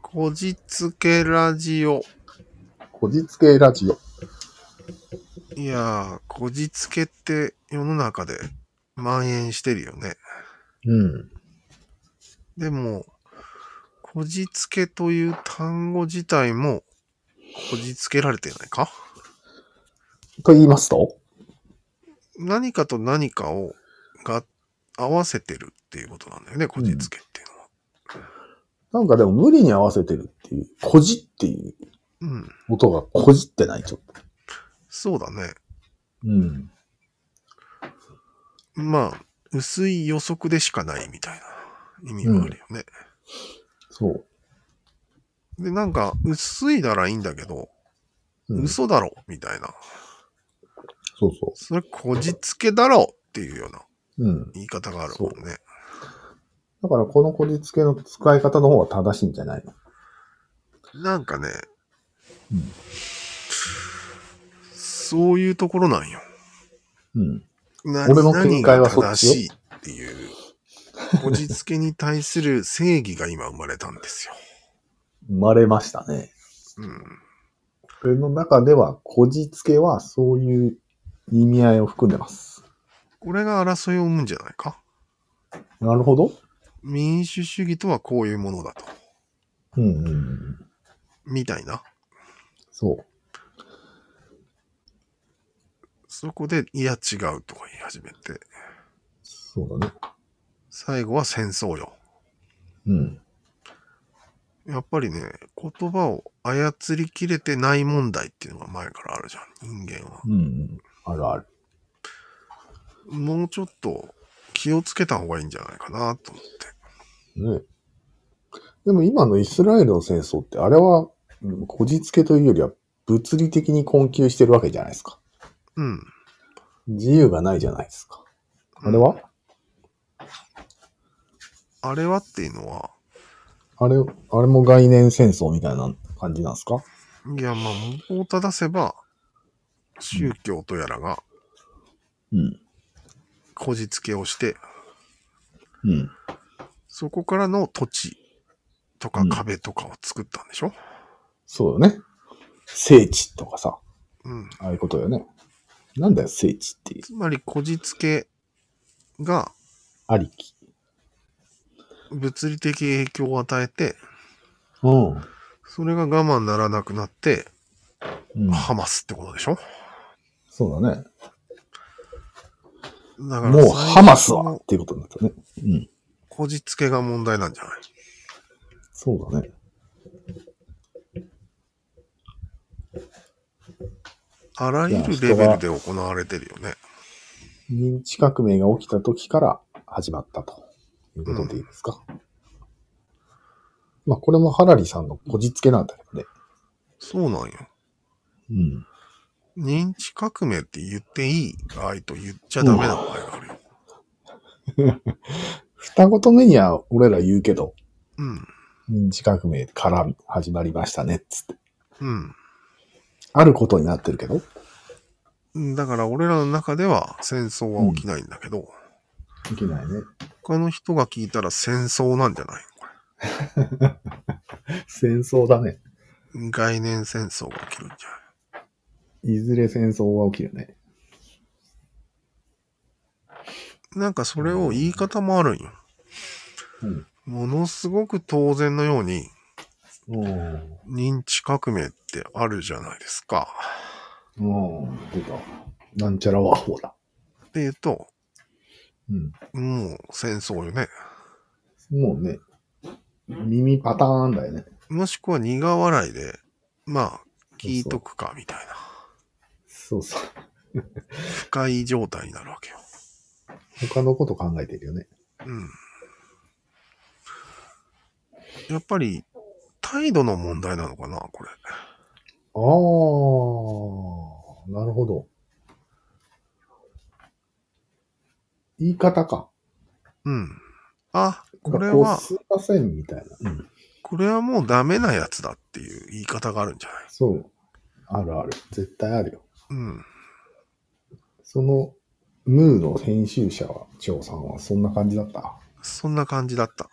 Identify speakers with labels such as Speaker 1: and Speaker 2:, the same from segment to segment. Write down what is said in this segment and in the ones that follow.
Speaker 1: こじつけラジオ。
Speaker 2: こじつけラジオ。
Speaker 1: いやー、こじつけって世の中で蔓延してるよね。
Speaker 2: うん。
Speaker 1: でも、こじつけという単語自体もこじつけられてないか
Speaker 2: と言いますと
Speaker 1: 何かと何かをが合わせてるっていうことなんだよね、こじつけっていうのは。
Speaker 2: なんかでも無理に合わせてるっていう、こじっていう
Speaker 1: うん、
Speaker 2: 音がこじってない、ちょっと。
Speaker 1: そうだね。
Speaker 2: うん。
Speaker 1: まあ、薄い予測でしかないみたいな意味はあるよね。
Speaker 2: そう。
Speaker 1: で、なんか、薄いならいいんだけど、
Speaker 2: うん、
Speaker 1: 嘘だろ、みたいな。
Speaker 2: そうそ
Speaker 1: それ、こじつけだろっていうような
Speaker 2: う。うん。
Speaker 1: 言い方があるもんね。
Speaker 2: だからこのこじつけの使い方の方が正しいんじゃないの
Speaker 1: なんかね、
Speaker 2: うん
Speaker 1: そういうところなんよ。
Speaker 2: うん。
Speaker 1: な
Speaker 2: 俺の見解は
Speaker 1: 何
Speaker 2: そ
Speaker 1: が
Speaker 2: っ
Speaker 1: 正
Speaker 2: ちよ
Speaker 1: しいっていう、こじつけに対する正義が今生まれたんですよ。
Speaker 2: 生まれましたね。
Speaker 1: うん。
Speaker 2: これの中では、こじつけはそういう意味合いを含んでます。
Speaker 1: これが争いを生むんじゃないか
Speaker 2: なるほど。
Speaker 1: 民主主義とはこういうものだと。
Speaker 2: うんうんうん。
Speaker 1: みたいな。
Speaker 2: そう。
Speaker 1: そこで、いや違うとか言い始めて、
Speaker 2: そうだね。
Speaker 1: 最後は戦争よ。
Speaker 2: うん。
Speaker 1: やっぱりね、言葉を操りきれてない問題っていうのが前からあるじゃん、人間は。
Speaker 2: うんうん。あるある。
Speaker 1: もうちょっと気をつけた方がいいんじゃないかなと思って。
Speaker 2: ね。でも今のイスラエルの戦争って、あれは、うんこじつけというよりは、物理的に困窮してるわけじゃないですか。
Speaker 1: うん。
Speaker 2: 自由がないじゃないですか。あれは、
Speaker 1: あれはっていうのは、
Speaker 2: あれ、あれも概念戦争みたいな感じなんですか
Speaker 1: いや、まあ、元を正せば、宗教とやらが
Speaker 2: うん。
Speaker 1: こじつけをして、
Speaker 2: うん。
Speaker 1: そこからの土地とか
Speaker 2: うん
Speaker 1: 壁とかを作ったんでしょ
Speaker 2: そうよね。聖地とかさ、
Speaker 1: うん。
Speaker 2: ああいうことよね。なんだよ、聖地っていう。
Speaker 1: つまり、こじつけが
Speaker 2: ありき。
Speaker 1: 物理的影響を与えて、
Speaker 2: うん。
Speaker 1: それが我慢ならなくなって、
Speaker 2: うん、
Speaker 1: ハマスってことでしょ
Speaker 2: そうだね。
Speaker 1: だから
Speaker 2: もうハマス
Speaker 1: 最初
Speaker 2: は
Speaker 1: の
Speaker 2: っていうことになったね。うん。
Speaker 1: こじつけが問題なんじゃない
Speaker 2: そうだね。
Speaker 1: あらゆる
Speaker 2: いや
Speaker 1: レ
Speaker 2: 人が
Speaker 1: ベルで行われてるよね。
Speaker 2: 認知革命が起きた時から始まったということでいいですか。まあ、これもハラリさんのこじつけなんだけどね。
Speaker 1: そうなんよ。
Speaker 2: うん。
Speaker 1: 認知革命って言っていい場合と言っちゃダメな場合があるよ。
Speaker 2: 二言目には俺ら言うけど、
Speaker 1: うん。
Speaker 2: 認知革命から始まりましたね、つって。
Speaker 1: うん。
Speaker 2: あることになってるけど。
Speaker 1: だから俺らの中では戦争は起きないんだけど、
Speaker 2: いけないね。
Speaker 1: 他の人が聞いたら戦争なんじゃないこ
Speaker 2: 戦争だね。
Speaker 1: れ概念戦争が起きるんじゃない
Speaker 2: いずれ戦争は起きるね。
Speaker 1: なんかそれを言い方もあるんよ。
Speaker 2: うん。
Speaker 1: ものすごく当然のように
Speaker 2: うん。
Speaker 1: 認知革命ってあるじゃないですか。
Speaker 2: うん。出た。なんちゃらはほら。
Speaker 1: って言うと、
Speaker 2: うん。
Speaker 1: もう戦争よね。
Speaker 2: もうね、耳パターンだよね。
Speaker 1: もしくは苦笑いで、まあ、聞いとくか、みたいな。
Speaker 2: そうそう。
Speaker 1: 不快状態になるわけよ。
Speaker 2: 他のこと考えてるよね。
Speaker 1: うん。やっぱり、態度の問題なのかな、これ。
Speaker 2: ああ、なるほど。言い方か。
Speaker 1: うん。あ、これ
Speaker 2: う
Speaker 1: は、
Speaker 2: すいません、みたいな。うん。
Speaker 1: これはもうダメなやつだっていう言い方があるんじゃない
Speaker 2: そう。あるある。絶対あるよ。
Speaker 1: うん。
Speaker 2: その、ムーの編集者は、長さんはそんな 感じだった。
Speaker 1: そんな感じだった。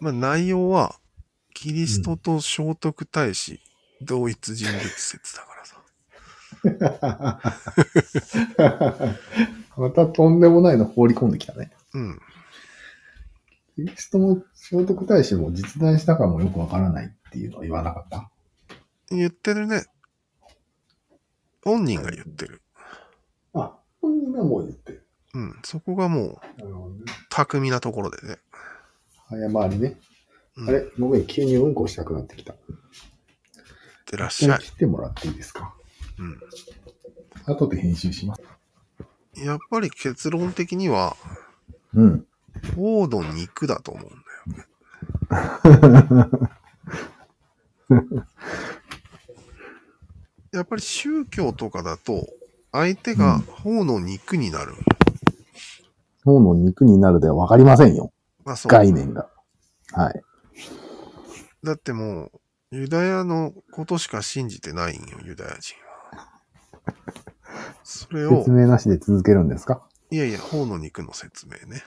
Speaker 1: まあ、内容は、キリストと聖徳太子、同一人物説だからさ。
Speaker 2: またとんでもないの放り込んできたね。
Speaker 1: うん。
Speaker 2: キリストも聖徳太子も実在したかもよくわからないっていうのは言わなかった。
Speaker 1: 言ってるね。本人が言ってる。
Speaker 2: あ、本人がもう言ってる。
Speaker 1: うん。そこがもう、
Speaker 2: なるほどね。
Speaker 1: 巧みなところでね。
Speaker 2: 早回りね。
Speaker 1: うん、
Speaker 2: あれごめん、急にうんこしたくなってきた。
Speaker 1: いってらっし
Speaker 2: 一
Speaker 1: ゃ
Speaker 2: 回
Speaker 1: い。
Speaker 2: 切ってもらっていいですか
Speaker 1: うん。
Speaker 2: 後で編集します。
Speaker 1: やっぱり結論的には、
Speaker 2: うん。
Speaker 1: フォード肉だと思うんだよ。 やっぱり宗教とかだと、相手が法の肉になる。
Speaker 2: 脳の肉になるではわかりませんよ。
Speaker 1: まあそう。
Speaker 2: 概念が。はい。
Speaker 1: だってもう、ユダヤのことしか信じてないんよ、ユダヤ人は。それを
Speaker 2: 説、明なしで続けるんですか
Speaker 1: いやいや、法の肉の説明ね。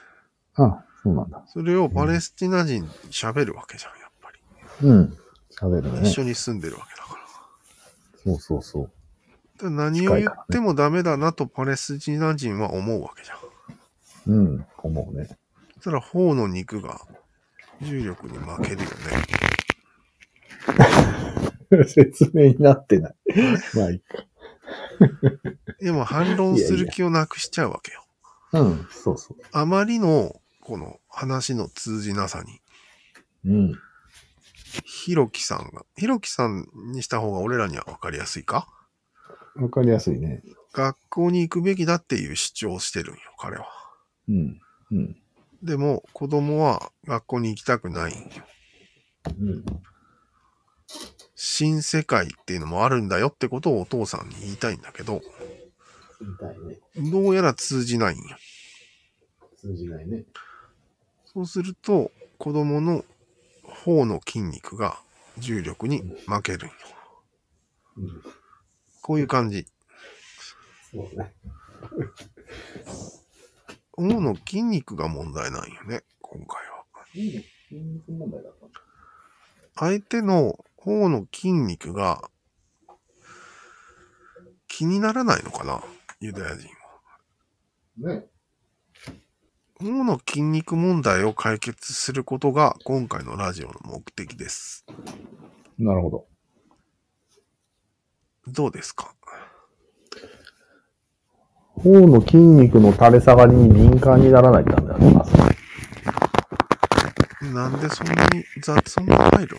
Speaker 2: あ、そうなんだ。
Speaker 1: それをパレスチナ人に喋るわけじゃん、やっぱり。
Speaker 2: うん。喋るね
Speaker 1: 一。緒に住んでるわけだから。
Speaker 2: そうそうそう。
Speaker 1: ただ何を言ってもダメだなとパレスチナ人は思うわけじゃん。
Speaker 2: うん、思うね。
Speaker 1: そしたら頬の肉が重力に負けるよね。
Speaker 2: 説明になってない。 まあいいか。
Speaker 1: でも反論する気をなくしちゃうわけよ。
Speaker 2: うん、そうそ
Speaker 1: あまりのこの話の通じなさに、
Speaker 2: う。うん。
Speaker 1: ひろきさんが、ひろきさんにした方が俺らにはわかりやすいか
Speaker 2: わかりやすいね。
Speaker 1: 学校に行くべきだっていう主張をしてるんよ、彼は。
Speaker 2: うん。うん。
Speaker 1: でも子供は学校に行きたくないんよ。
Speaker 2: うん。
Speaker 1: 新世界っていうのもあるんだよってことをお父さんに言いたいんだけど、
Speaker 2: みたいね。
Speaker 1: どうやら通じないんよ。
Speaker 2: 通じないね。
Speaker 1: そうすると、子供の頬の筋肉が重力に負けるんよ。
Speaker 2: うん。
Speaker 1: こういう感じ。
Speaker 2: そうね。
Speaker 1: 頬の筋肉が問題なんよね、今回は。
Speaker 2: いいね。人数問題だった。
Speaker 1: 相手の頬の筋肉が気にならないのかな、ユダヤ人は。
Speaker 2: ね。
Speaker 1: 頬の筋肉問題を解決することが今回のラジオの目的です。
Speaker 2: なるほど。
Speaker 1: どうですか
Speaker 2: 頬の筋肉の垂れ下がりに敏感にならないってんであります。
Speaker 1: なんでそんなに雑音が入る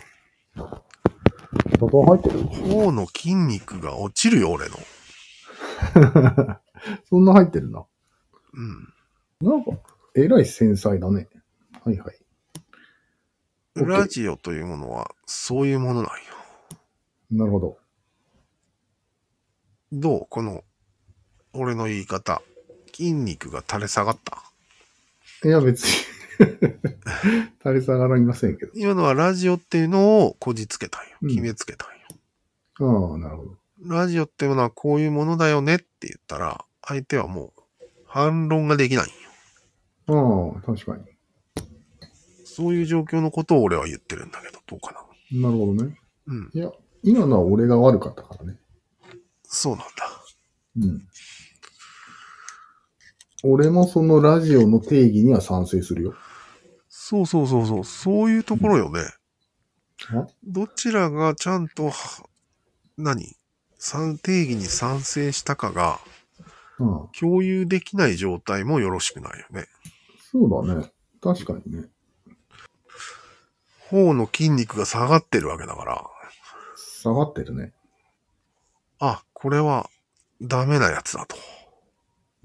Speaker 2: 外入ってる
Speaker 1: 頬の筋肉が落ちるよ、俺の。
Speaker 2: そんな入ってるな。
Speaker 1: うん。
Speaker 2: なんか、えらい繊細だね。はいはい。OK
Speaker 1: ラジオというものはそういうものなんよ。
Speaker 2: なるほど。
Speaker 1: どうこの、俺の言い方。筋肉が垂れ下がった。
Speaker 2: いや、別に。 垂れ下がりませんけど。
Speaker 1: 今のはラジオっていうのをこじつけたんよ。
Speaker 2: うん
Speaker 1: 決めつけたんよ。
Speaker 2: ああ、なるほど。
Speaker 1: ラジオっていうのはこういうものだよねって言ったら、相手はもう反論ができないんよ。
Speaker 2: ああ、確か
Speaker 1: そういう状況のことを俺は言ってるんだけど、どうかな。
Speaker 2: に。なるほどね。
Speaker 1: うん、
Speaker 2: いや、今のは俺が悪かったからね。
Speaker 1: そうなんだ。
Speaker 2: うん。俺もそのラジオの定義には賛成するよ。
Speaker 1: そうそうそうそう、そういうところよね。
Speaker 2: うん
Speaker 1: どちらがちゃんとは、何賛定義に賛成したかが
Speaker 2: うん。
Speaker 1: 共有できない状態もよろしくないよね。
Speaker 2: そうだね。確かにね。
Speaker 1: 頬の筋肉が下がってるわけだから、
Speaker 2: 下がってるね。
Speaker 1: あ、これはダメなやつだと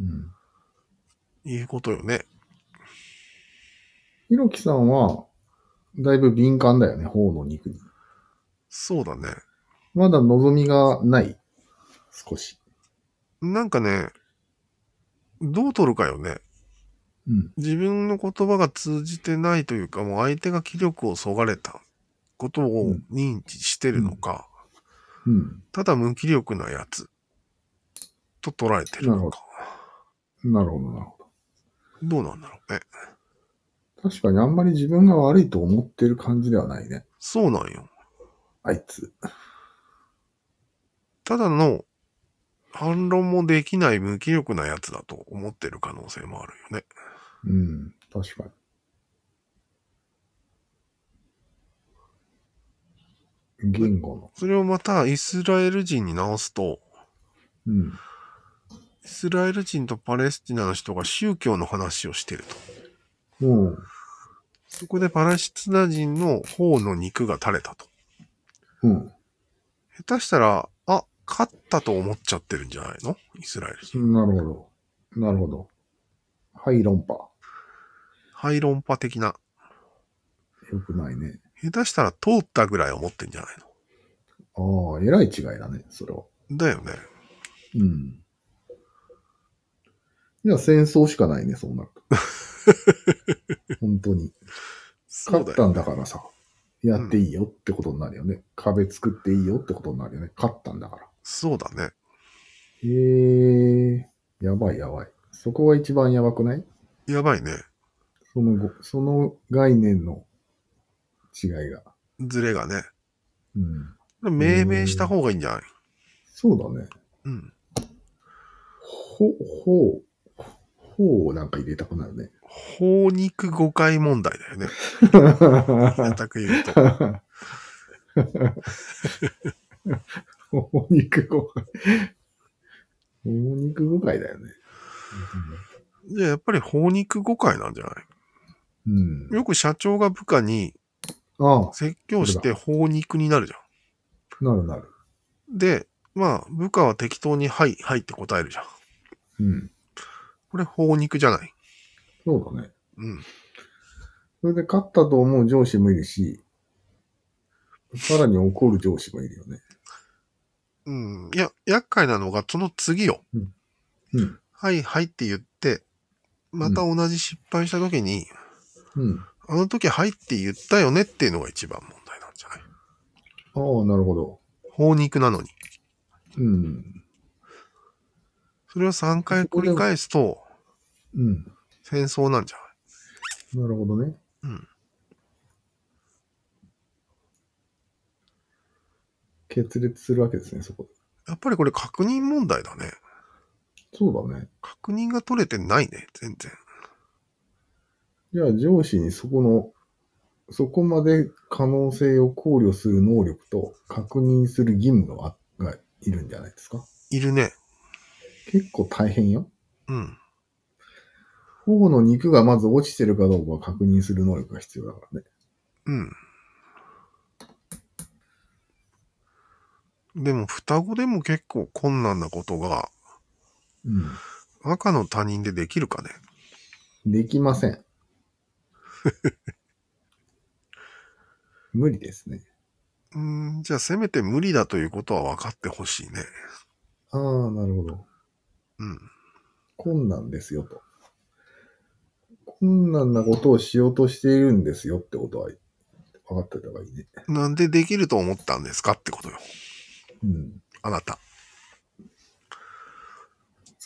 Speaker 2: うん。
Speaker 1: いうことよね。
Speaker 2: ひろきさんは、だいぶ敏感だよね、頬の肉に。
Speaker 1: そうだね。
Speaker 2: まだ望みがない。少し。
Speaker 1: なんかね、どう取るかよね。
Speaker 2: うん。
Speaker 1: 自分の言葉が通じてないというか、もう相手が気力をそがれたことを認知してるのか、
Speaker 2: うん。
Speaker 1: ただ無気力なやつと捉えてるのか。
Speaker 2: なるほど、なるほ
Speaker 1: どうなんだろうね。
Speaker 2: ど。確かにあんまり自分が悪いと思ってる感じではないね。
Speaker 1: そうなんよ。
Speaker 2: あいつ。
Speaker 1: ただの反論もできない無気力なやつだと思ってる可能性もあるよね。
Speaker 2: うん。確かに。言語の。
Speaker 1: それをまたイスラエル人に直すと、
Speaker 2: うん。
Speaker 1: イスラエル人とパレスチナの人が宗教の話をしてると。
Speaker 2: うん。
Speaker 1: そこでパレスチナ人の方の肉が垂れたと。
Speaker 2: うん。
Speaker 1: 下手したら、あ、勝ったと思っちゃってるんじゃないのイスラエル人。
Speaker 2: なるほど。なるほど。はい、論破。
Speaker 1: ハイ論破的な。
Speaker 2: よくないね。
Speaker 1: 下手したら通ったぐらい思ってんじゃない
Speaker 2: ああ、えらい違いだね、それは。
Speaker 1: のだよね。
Speaker 2: うん。いや、戦争しかないね、そうなる と。本当に。
Speaker 1: そう
Speaker 2: 勝
Speaker 1: だ
Speaker 2: っ
Speaker 1: よ。
Speaker 2: たんだからさ、やっていいよってことになるよね。壁作っていいよってことになるよね。勝ったんだから。
Speaker 1: そうだね。
Speaker 2: へえー、やばいやばい。そこが一番やばくない
Speaker 1: やばいね。
Speaker 2: そのご、その概念の違いが。
Speaker 1: ズレがね。
Speaker 2: うん。
Speaker 1: 命名した方がいいんじゃない
Speaker 2: そうだね。
Speaker 1: うん。
Speaker 2: ほ、ほう、ほうなんか入れたくな るね。
Speaker 1: 法肉誤解問題だ よね。平たく言うと。
Speaker 2: お肉ご飯。お肉誤解だよね。
Speaker 1: じゃあやっぱり法肉誤解なんじゃな
Speaker 2: うん
Speaker 1: い。よく社長が部下に
Speaker 2: ああ、
Speaker 1: 説教して法肉になるじゃ
Speaker 2: なるなる。
Speaker 1: ん。で、まあ、部下は適当にはい、はいって答えるじゃん。
Speaker 2: うん。
Speaker 1: これ法肉じゃない。
Speaker 2: そうだね。
Speaker 1: うん。
Speaker 2: それで勝ったと思う上司もいるし、さらに怒る上司もいるよね。
Speaker 1: うん。いや、厄介なのがその次よ。
Speaker 2: うん。
Speaker 1: はい、はいって言って、また同じ失敗した時に、
Speaker 2: うん。
Speaker 1: あの時はいって言ったよねっていうのが一番問題なんじゃない
Speaker 2: ああ、なるほど。
Speaker 1: 法肉なのに。
Speaker 2: うん。
Speaker 1: それを3回繰り返すと
Speaker 2: うん。
Speaker 1: 戦争なんじゃない
Speaker 2: なるほどね。
Speaker 1: うん。
Speaker 2: 決裂するわけですね、そこで。
Speaker 1: やっぱりこれ確認問題だね。
Speaker 2: そうだね。
Speaker 1: 確認が取れてないね、全然。
Speaker 2: じゃあ上司にそこの、そこまで可能性を考慮する能力と確認する義務があがいるんじゃないですか。
Speaker 1: いるね。
Speaker 2: 結構大変よ。
Speaker 1: うん。
Speaker 2: 頬の肉がまず落ちてるかどうかを確認する能力が必要だからね。
Speaker 1: うん。でも双子でも結構困難なことが赤の他人でできるかね。
Speaker 2: うん。できません。 無理ですね。
Speaker 1: うーん、じゃあせめて無理だということは分かってほしいね。
Speaker 2: ああ、なるほど。
Speaker 1: うん。
Speaker 2: 困難ですよと。困難なことをしようとしているんですよってことは分かってた方がいいね。
Speaker 1: なんでできると思ったんですかってことよ。
Speaker 2: うん。
Speaker 1: あなた。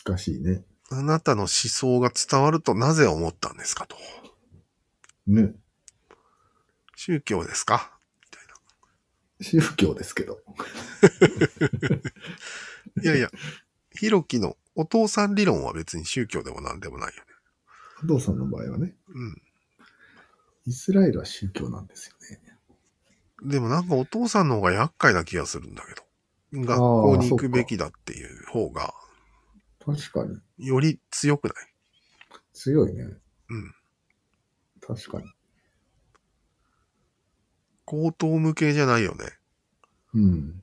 Speaker 2: 難しいね。
Speaker 1: あなたの思想が伝わるとなぜ思ったんですかと。
Speaker 2: ね。
Speaker 1: 宗教ですか
Speaker 2: 宗教ですけど。
Speaker 1: いやいや、ひろきのお父さん理論は別に宗教でも何でもないよね。
Speaker 2: お父さんの場合はね、
Speaker 1: うん。
Speaker 2: イスラエルは宗教なんですよね。
Speaker 1: でもなんかお父さんの方が厄介な気がするんだけど。学校に行くべきだっていう方が、
Speaker 2: 確かに。
Speaker 1: より強くない
Speaker 2: 強いね。
Speaker 1: うん。
Speaker 2: 確かに。
Speaker 1: 高等無形じゃないよね。
Speaker 2: うん。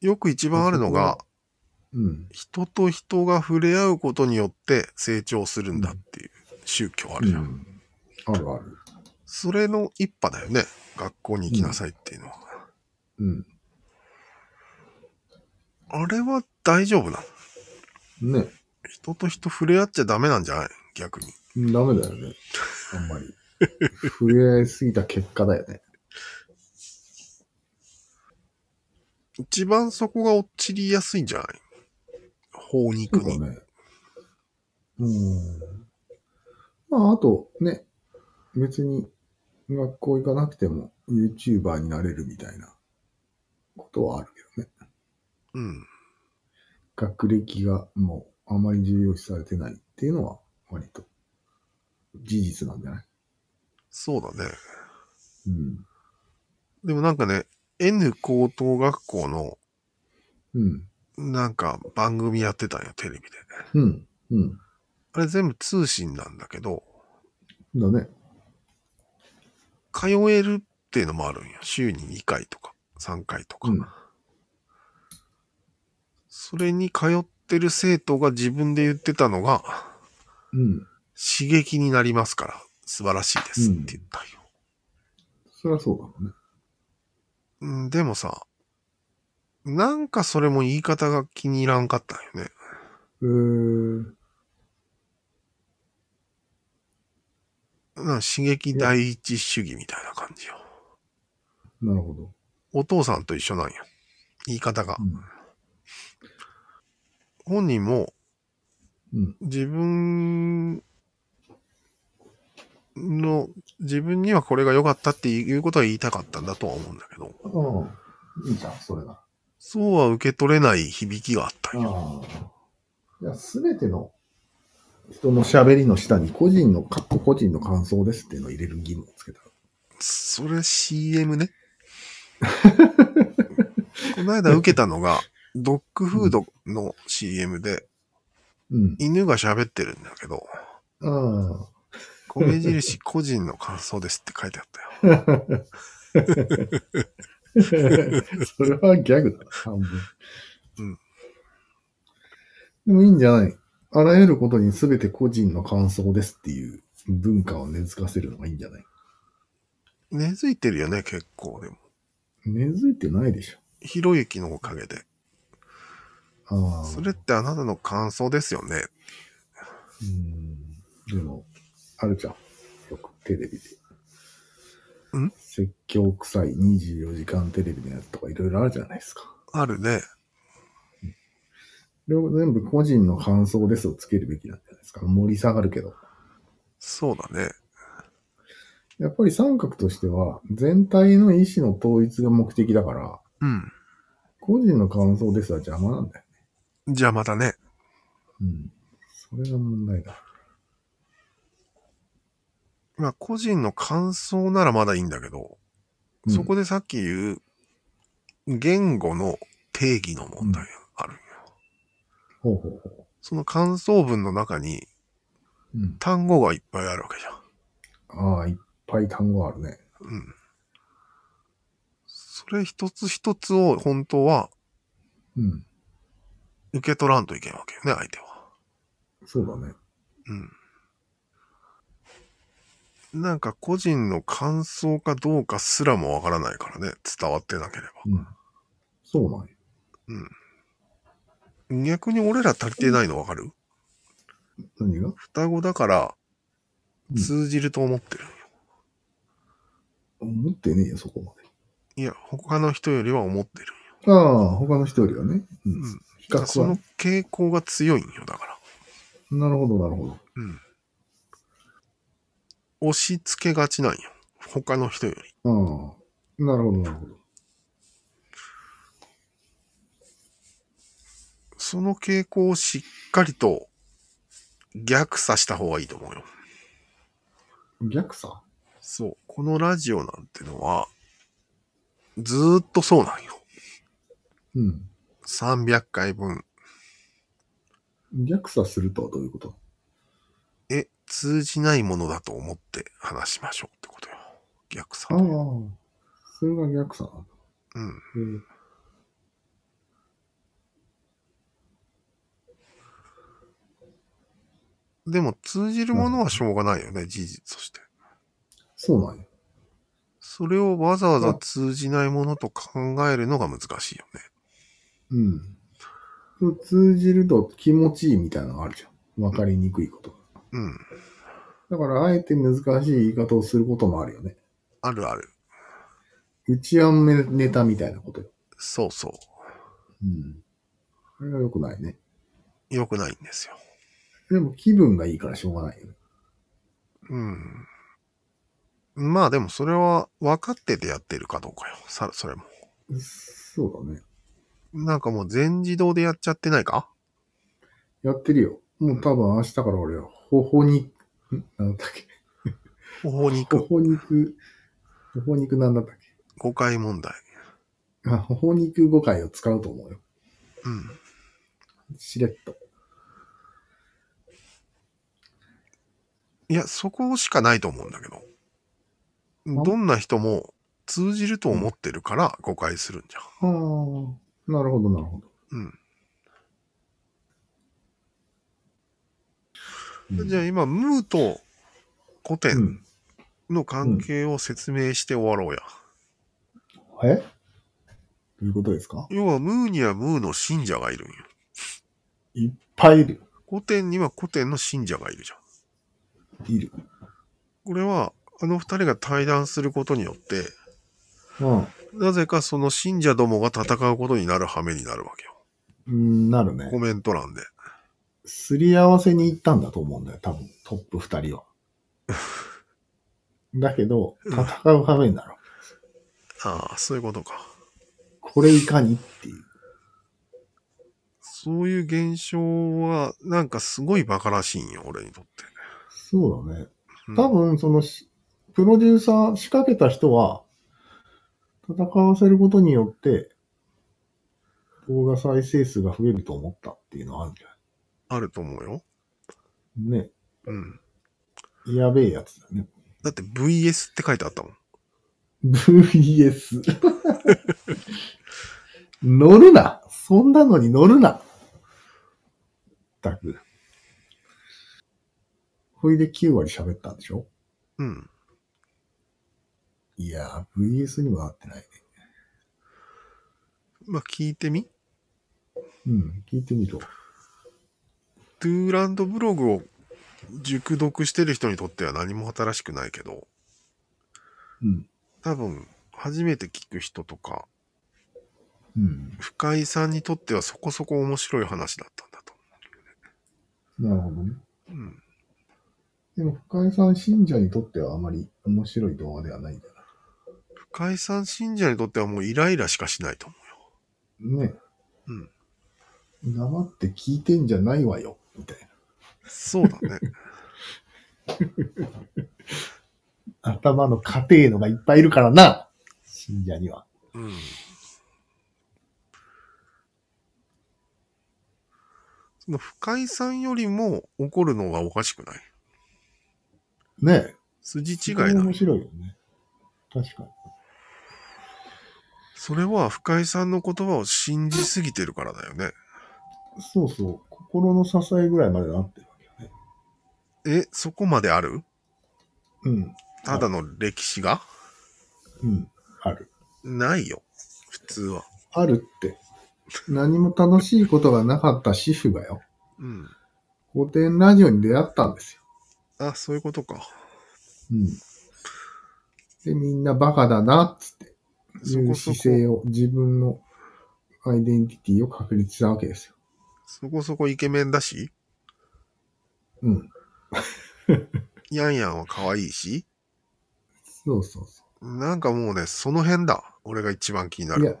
Speaker 1: よく一番あるのが、
Speaker 2: うん。
Speaker 1: 人と人が触れ合うことによって成長するんだっていう宗教あるじゃん。
Speaker 2: うんあるある。
Speaker 1: それの一派だよね。学校に行きなさいっていうのは。
Speaker 2: うん。
Speaker 1: あれは大丈夫なの
Speaker 2: ね。
Speaker 1: 人と人触れ合っちゃダメなんじゃない逆に。
Speaker 2: ダメだよね。あんま り。触れ合いすぎた結果だよね。
Speaker 1: 一番そこが落ちりやすいんじゃない法肉
Speaker 2: そう
Speaker 1: に。
Speaker 2: だね。うん。まあ、あとね、別に学校行かなくても YouTuber になれるみたいなことはあるけどね。
Speaker 1: うん。
Speaker 2: 学歴がもうあまり重要視されてないっていうのは割と事実なんじゃない
Speaker 1: そうだね。
Speaker 2: うん。
Speaker 1: でもなんかね、N 高等学校の
Speaker 2: うん。
Speaker 1: なんか番組やってたんよ、テレビで。
Speaker 2: うん。うん。
Speaker 1: あれ全部通信なんだけど、
Speaker 2: だね。
Speaker 1: 通えるっていうのもあるんよ。週に2回とか3回とか。
Speaker 2: うん
Speaker 1: それに通ってる生徒が自分で言ってたのが、
Speaker 2: うん。
Speaker 1: 刺激になりますから、素晴らしいですって言ったよ。
Speaker 2: そりゃそうだろうね。
Speaker 1: うん、でもさ、なんかそれも言い方が気に入らんかったんよね。
Speaker 2: えー、
Speaker 1: なんか刺激第一主義みたいな感じよ。
Speaker 2: なるほど。
Speaker 1: お父さんと一緒なんよ。言い方が
Speaker 2: う。ん。
Speaker 1: 本人も
Speaker 2: うん。
Speaker 1: 自分の、自分にはこれが良かったっていうことは言いたかったんだとは思うんだけど、
Speaker 2: ああ、いいじゃん、それが。
Speaker 1: そうは受け取れない響きがあったんよ。
Speaker 2: ああ。いや、すべての人の喋りの下に個人の、かっこ個人の感想ですっていうのを入れる義務をつけた。
Speaker 1: それ CM ね。この間受けたのが、ドッグフードの CM で、
Speaker 2: うん。
Speaker 1: 犬が喋ってるんだけど、
Speaker 2: ああ。
Speaker 1: 米印個人の感想ですって書いてあったよ。
Speaker 2: それはギャグだな、半分。
Speaker 1: うん。
Speaker 2: でもいいんじゃないあらゆることに全て個人の感想ですっていう文化を根付かせるのがいいんじゃない
Speaker 1: 根付いてるよね、結構でも。
Speaker 2: 根付いてないでしょ。
Speaker 1: ひろゆきのおかげで。
Speaker 2: ああ。
Speaker 1: それってあなたの感想ですよね。
Speaker 2: うんでも、あるじゃん。よくテレビで。
Speaker 1: ん
Speaker 2: 説教臭い24時間テレビのやつとかいろいろあるじゃないですか。
Speaker 1: あるね。
Speaker 2: 両方全部個人の感想ですをつけるべきなんじゃないですか。盛り下がるけど。
Speaker 1: そうだね。
Speaker 2: やっぱり三角としては、全体の意思の統一が目的だから、
Speaker 1: うん。
Speaker 2: 個人の感想ですは邪魔なんだよ。
Speaker 1: 邪魔だね。
Speaker 2: うん。それが問題だ。
Speaker 1: まあ、個人の感想ならまだいいんだけど、
Speaker 2: うん
Speaker 1: そこでさっき言う、言語の定義の問題があるよ。
Speaker 2: ほうほうほ
Speaker 1: その感想文の中に
Speaker 2: う。うん。
Speaker 1: 単語がいっぱいあるわけじゃん。
Speaker 2: ああ、いっぱい単語あるね。
Speaker 1: うん。それ一つ一つを本当は
Speaker 2: うん。
Speaker 1: 受け取らんといけんわけよね、相手は。
Speaker 2: そうだね。
Speaker 1: うん。なんか個人の感想かどうかすらもわからないからね、伝わってなければ。
Speaker 2: うん。そうなんよ
Speaker 1: 逆に俺ら足りてないのわかる
Speaker 2: 何が
Speaker 1: 双子だから
Speaker 2: うん
Speaker 1: 通じると思ってる。
Speaker 2: 思ってねえよ、そこま
Speaker 1: いや、他の人よりは思ってる。
Speaker 2: で。ああ、他の人よりはね。うん。
Speaker 1: うん
Speaker 2: 比較
Speaker 1: そ
Speaker 2: は
Speaker 1: の。傾向が強いんよ、だから。
Speaker 2: なるほど、なるほど。
Speaker 1: うん。押し付けがちなんよ。他の人より。
Speaker 2: ああ、なるほど、なるほど。
Speaker 1: その傾向をしっかりと逆さした方がいいと思うよ。
Speaker 2: 逆さ
Speaker 1: そう。このラジオなんてのは、ずーっとそうなんよ。
Speaker 2: うん。
Speaker 1: 300回分。
Speaker 2: 逆さするとはどういうこと
Speaker 1: え、通じないものだと思って話しましょうってことよ。逆さ
Speaker 2: あ。あ、それが逆さなんだ。
Speaker 1: うん。
Speaker 2: へえ
Speaker 1: でも通じるものはしょうがないよね、事実として。
Speaker 2: そうなんや。
Speaker 1: それをわざわざ通じないものと考えるのが難しいよね。
Speaker 2: うん。そう通じると気持ちいいみたいなのあるじゃん。わかりにくいことが。
Speaker 1: うん。
Speaker 2: だから、あえて難しい言い方をすることもあるよね。
Speaker 1: あるある。
Speaker 2: 打ち合めネタみたいなことよ。
Speaker 1: そうそ
Speaker 2: うん。これが良くないね。
Speaker 1: う。良くないんですよ。
Speaker 2: でも気分がいいからしょうがないよね。
Speaker 1: うん。まあでもそれは分かっててやってるかどうかよ。さ、それも。
Speaker 2: そうだね。
Speaker 1: なんかもう全自動でやっちゃってないか
Speaker 2: やってるよ。もう多分明日から俺、ほほに、んなんだっけ
Speaker 1: ほほ
Speaker 2: ほ
Speaker 1: 肉。
Speaker 2: ほ肉、ほほ肉なんだったっ
Speaker 1: 誤解問題。
Speaker 2: けあ、ほほ肉5回を使うと思うよ。
Speaker 1: うん。
Speaker 2: しれっと。
Speaker 1: いや、そこしかないと思うんだけど。どんな人も通じると思ってるから誤解するんじゃん。
Speaker 2: ああ、なるほど、なるほど。
Speaker 1: うん。
Speaker 2: うん
Speaker 1: じゃあ今、ムーと古
Speaker 2: う
Speaker 1: 典
Speaker 2: ん。
Speaker 1: の関係を説明して終わろうや。
Speaker 2: えどういうことですか
Speaker 1: 要は、ムーにはムーの信者がいるんよ。
Speaker 2: いっぱいいる。
Speaker 1: 古典には古典の信者がいるじゃん。
Speaker 2: いる。
Speaker 1: これは、あの二人が対談することによって、
Speaker 2: うん
Speaker 1: なぜかその信者どもが戦うことになる羽目になるわけよ。
Speaker 2: うん。なる
Speaker 1: コ
Speaker 2: ね。
Speaker 1: メント欄で。
Speaker 2: すり合わせに行ったんだと思うんだよ、多分。トップ二 人は。だけど、戦う羽目になる。
Speaker 1: ああ、そういうことか。
Speaker 2: これいかにっていう。
Speaker 1: そういう現象は、なんかすごいバカらしいんよ、俺にとって。
Speaker 2: そうだね。
Speaker 1: うん
Speaker 2: 多分、そのし、プロデューサー、仕掛けた人は、戦わせることによって、動画再生数が増えると思ったっていうのはあるんじゃ
Speaker 1: あると思うよ。
Speaker 2: ないね。
Speaker 1: うん。
Speaker 2: やべえやつだね。
Speaker 1: だって VS って書いてあったもん。
Speaker 2: VS。乗るなそんなのに乗るなったく。ほいで9割喋ったんでしょ
Speaker 1: うん。
Speaker 2: いやー、VS にもなってないね。
Speaker 1: まあ、聞いてみ
Speaker 2: うん、聞いてみろ。
Speaker 1: トゥーランドブログを熟読してる人にとっては何も新しくないけど、
Speaker 2: うん。
Speaker 1: 多分、初めて聞く人とか、
Speaker 2: うん。
Speaker 1: 深井さんにとってはそこそこ面白い話だったんだと
Speaker 2: なるほどね。
Speaker 1: 思う。うん。
Speaker 2: でも、深井さん信者にとってはあまり面白い動画ではないんだ
Speaker 1: 深井さん信者にとってはもうイライラしかしないと思うよ。
Speaker 2: な。ね。
Speaker 1: うん。
Speaker 2: 黙って聞いてんじゃないわよ、みたいな。
Speaker 1: そうだね。
Speaker 2: 頭の家庭のがいっぱいいるからな信者には。
Speaker 1: うん。その深井さんよりも怒るのがおかしくない
Speaker 2: ねえ。
Speaker 1: 筋違い
Speaker 2: これ
Speaker 1: なの
Speaker 2: 面白いよね。確かに。
Speaker 1: それは深井さんの言葉を信じすぎてるからだよね。
Speaker 2: そうそう。心の支えぐらいまでなってるわけよね。
Speaker 1: え、そこまである
Speaker 2: うん。
Speaker 1: ただの歴史が
Speaker 2: うん。ある。
Speaker 1: ないよ。普通は。
Speaker 2: あるって。何も楽しいことがなかった主婦がよ。
Speaker 1: うん。
Speaker 2: 古典ラジオに出会ったんですよ。
Speaker 1: あ、そういうことか。
Speaker 2: うん。で、みんなバカだな、っつって。
Speaker 1: そ
Speaker 2: い
Speaker 1: こ
Speaker 2: う
Speaker 1: そこ
Speaker 2: 姿、勢を、自分のアイデンティティを確立したわけですよ。
Speaker 1: そこそこイケメンだし、
Speaker 2: うん。
Speaker 1: ヤンヤンは可愛いし、
Speaker 2: そうそうそ
Speaker 1: なんかもうね、その辺だ。俺が一番気にな
Speaker 2: う。い
Speaker 1: る
Speaker 2: や。、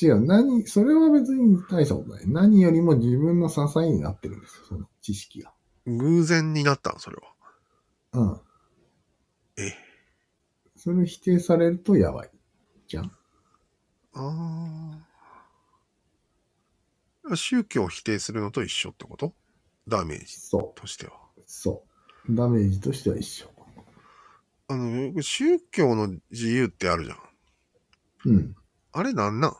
Speaker 2: 違う。何、それは別に大したことない。何よりも自分の支えになってるんですよ。その知識が。
Speaker 1: 偶然になったの、それは。
Speaker 2: うん。
Speaker 1: え
Speaker 2: それを否定されるとやばい。じゃん。
Speaker 1: ああ。宗教を否定するのと一緒ってことダメージ
Speaker 2: そ
Speaker 1: としては。
Speaker 2: う。そう。ダメージとしては一緒。
Speaker 1: あの、よく宗教の自由ってあるじゃん。
Speaker 2: うん。
Speaker 1: あれなんなん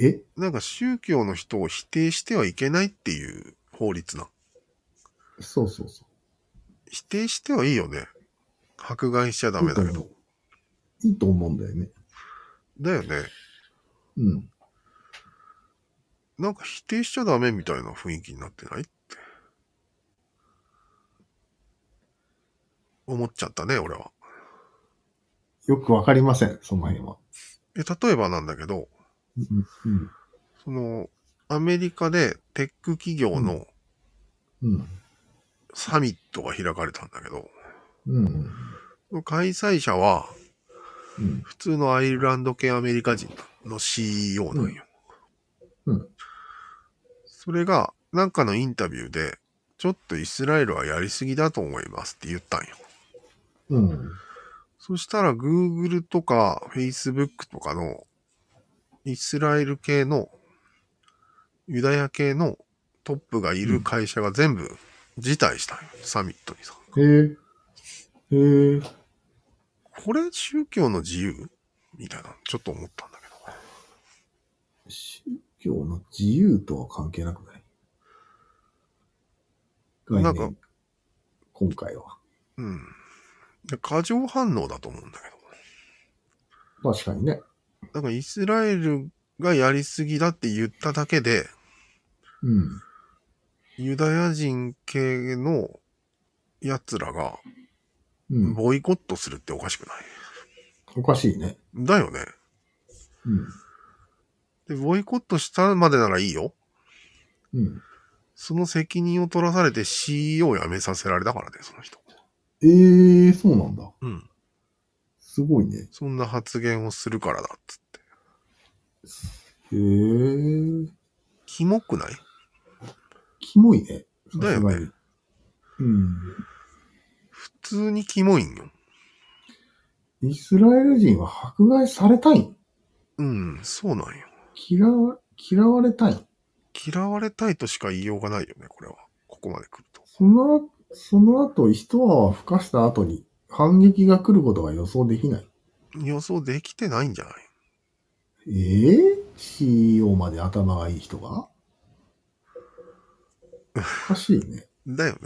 Speaker 2: え
Speaker 1: なんか宗教の人を否定してはいけないっていう法律なん。
Speaker 2: そうそうそう。
Speaker 1: 否定してはいいよね。迫害しちゃダメだけど。。
Speaker 2: いいと思うんだよね。
Speaker 1: だよね。
Speaker 2: うん。
Speaker 1: なんか否定しちゃダメみたいな雰囲気になってないって。思っちゃったね、俺は。
Speaker 2: よくわかりません。その辺は。
Speaker 1: え例えばなんだけど、
Speaker 2: うん。
Speaker 1: その、アメリカでテック企業の
Speaker 2: うん。
Speaker 1: サミットが開かれたんだけど、
Speaker 2: うんうん。
Speaker 1: 開催者は
Speaker 2: うん。
Speaker 1: 普通のアイルランド系アメリカ人の CEO なんよ。
Speaker 2: うんうん
Speaker 1: それが、なんかのインタビューで、ちょっとイスラエルはやりすぎだと思いますって言ったんよ。
Speaker 2: うん。
Speaker 1: そしたら Google とか Facebook とかのイスラエル系のユダヤ系のトップがいる会社が全部辞退したんよ。サミットにさ。
Speaker 2: へえ。へえ。
Speaker 1: これ宗教の自由みたいな、ちょっと思ったんだけど。
Speaker 2: 宗教の自由とは関係なくない概念
Speaker 1: なんか
Speaker 2: 今回は。
Speaker 1: うん。で過剰反応だと思うんだけ
Speaker 2: 確かにね。
Speaker 1: ど。なんかイスラエルがやりすぎだって言っただけで、
Speaker 2: うん。
Speaker 1: ユダヤ人系の奴らが
Speaker 2: うん。
Speaker 1: ボイコットするっておかしくない、
Speaker 2: おかしいね。
Speaker 1: だよね。
Speaker 2: う
Speaker 1: で、ボイコットしたまでならいいよ。
Speaker 2: ん。うん。
Speaker 1: その責任を取らされて CEO を辞めさせられたからね、その人。
Speaker 2: ええそうなんだ。
Speaker 1: うん。
Speaker 2: すごいね。
Speaker 1: そんな発言をするからだっつって。
Speaker 2: へえ。
Speaker 1: キモくない
Speaker 2: キモいね。
Speaker 1: だよね
Speaker 2: さすがに。うん。
Speaker 1: 普通にキモいんよ。
Speaker 2: イスラエル人は迫害されたいん
Speaker 1: うん、そうなんよ。
Speaker 2: 嫌わ、嫌われたいん
Speaker 1: 嫌われたいとしか言いようがないよね、これは。ここまで来ると。
Speaker 2: その、その後、一泡吹かした後に反撃が来ることが予想できない。
Speaker 1: 予想できてないんじゃない
Speaker 2: ええ ?CEO まで頭がいい人がおかしいね。
Speaker 1: だよね。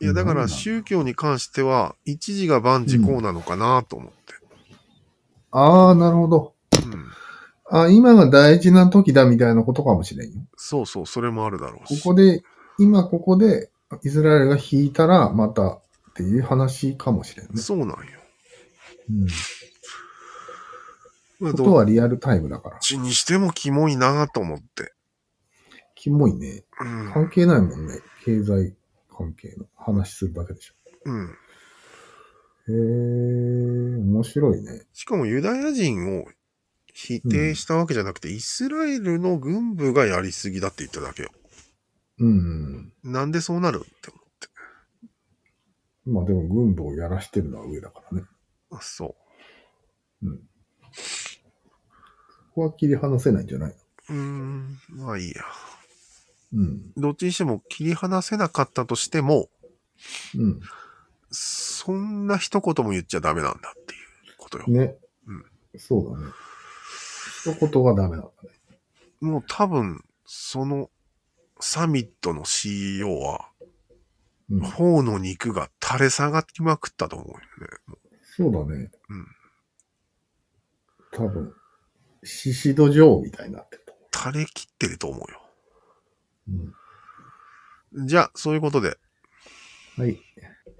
Speaker 1: いや、だか
Speaker 2: なんなんだろ
Speaker 1: ら
Speaker 2: う
Speaker 1: 宗教に関しては、一時が万事こうなのかなと思って。
Speaker 2: ああ、なるほど。
Speaker 1: うん。
Speaker 2: あ今が大事な時だみたいなことかもしれんよ。
Speaker 1: そうそう、それもあるだろう
Speaker 2: こ
Speaker 1: し。
Speaker 2: こで、今ここでイスラエルが引いたらまたっていう話かもしれんね。
Speaker 1: そうなんよ。
Speaker 2: うん。
Speaker 1: まあ、
Speaker 2: こと
Speaker 1: どっ
Speaker 2: はリアルタイムだから。
Speaker 1: ちにしてもキモいなと思って。
Speaker 2: キモいね。
Speaker 1: うん。
Speaker 2: 関係ないもんね。経済関係の話するだけでしょ。
Speaker 1: うん。
Speaker 2: へえ、面白いね。
Speaker 1: しかもユダヤ人を否定したわけじゃなくて、イスラエルの軍部がやりすぎだって言っただけよ。
Speaker 2: うん。
Speaker 1: なんでそうなるって思って。
Speaker 2: まあでも軍部をやらしてるのは上だからね。
Speaker 1: あ、そ。
Speaker 2: うん。ここは切り離せないんじゃないう
Speaker 1: うーん。まあいいや。
Speaker 2: のうん。
Speaker 1: どっちにしても切り離せなかったとしても、
Speaker 2: うん。
Speaker 1: そんな一言も言っちゃダメなんだっていうことよ。
Speaker 2: ね。
Speaker 1: うん
Speaker 2: そうだね。一言がダメだったね。
Speaker 1: もう多分、そのサミットの CEO は、
Speaker 2: うん。
Speaker 1: 頬の肉が垂れ下がりまくったと思うよね。
Speaker 2: そうだね。
Speaker 1: うん。
Speaker 2: 多分、シシド城みたいになってると
Speaker 1: 垂れ切ってると思うよ。
Speaker 2: 思う。
Speaker 1: じゃあ、そういうことで、
Speaker 2: うん。はい。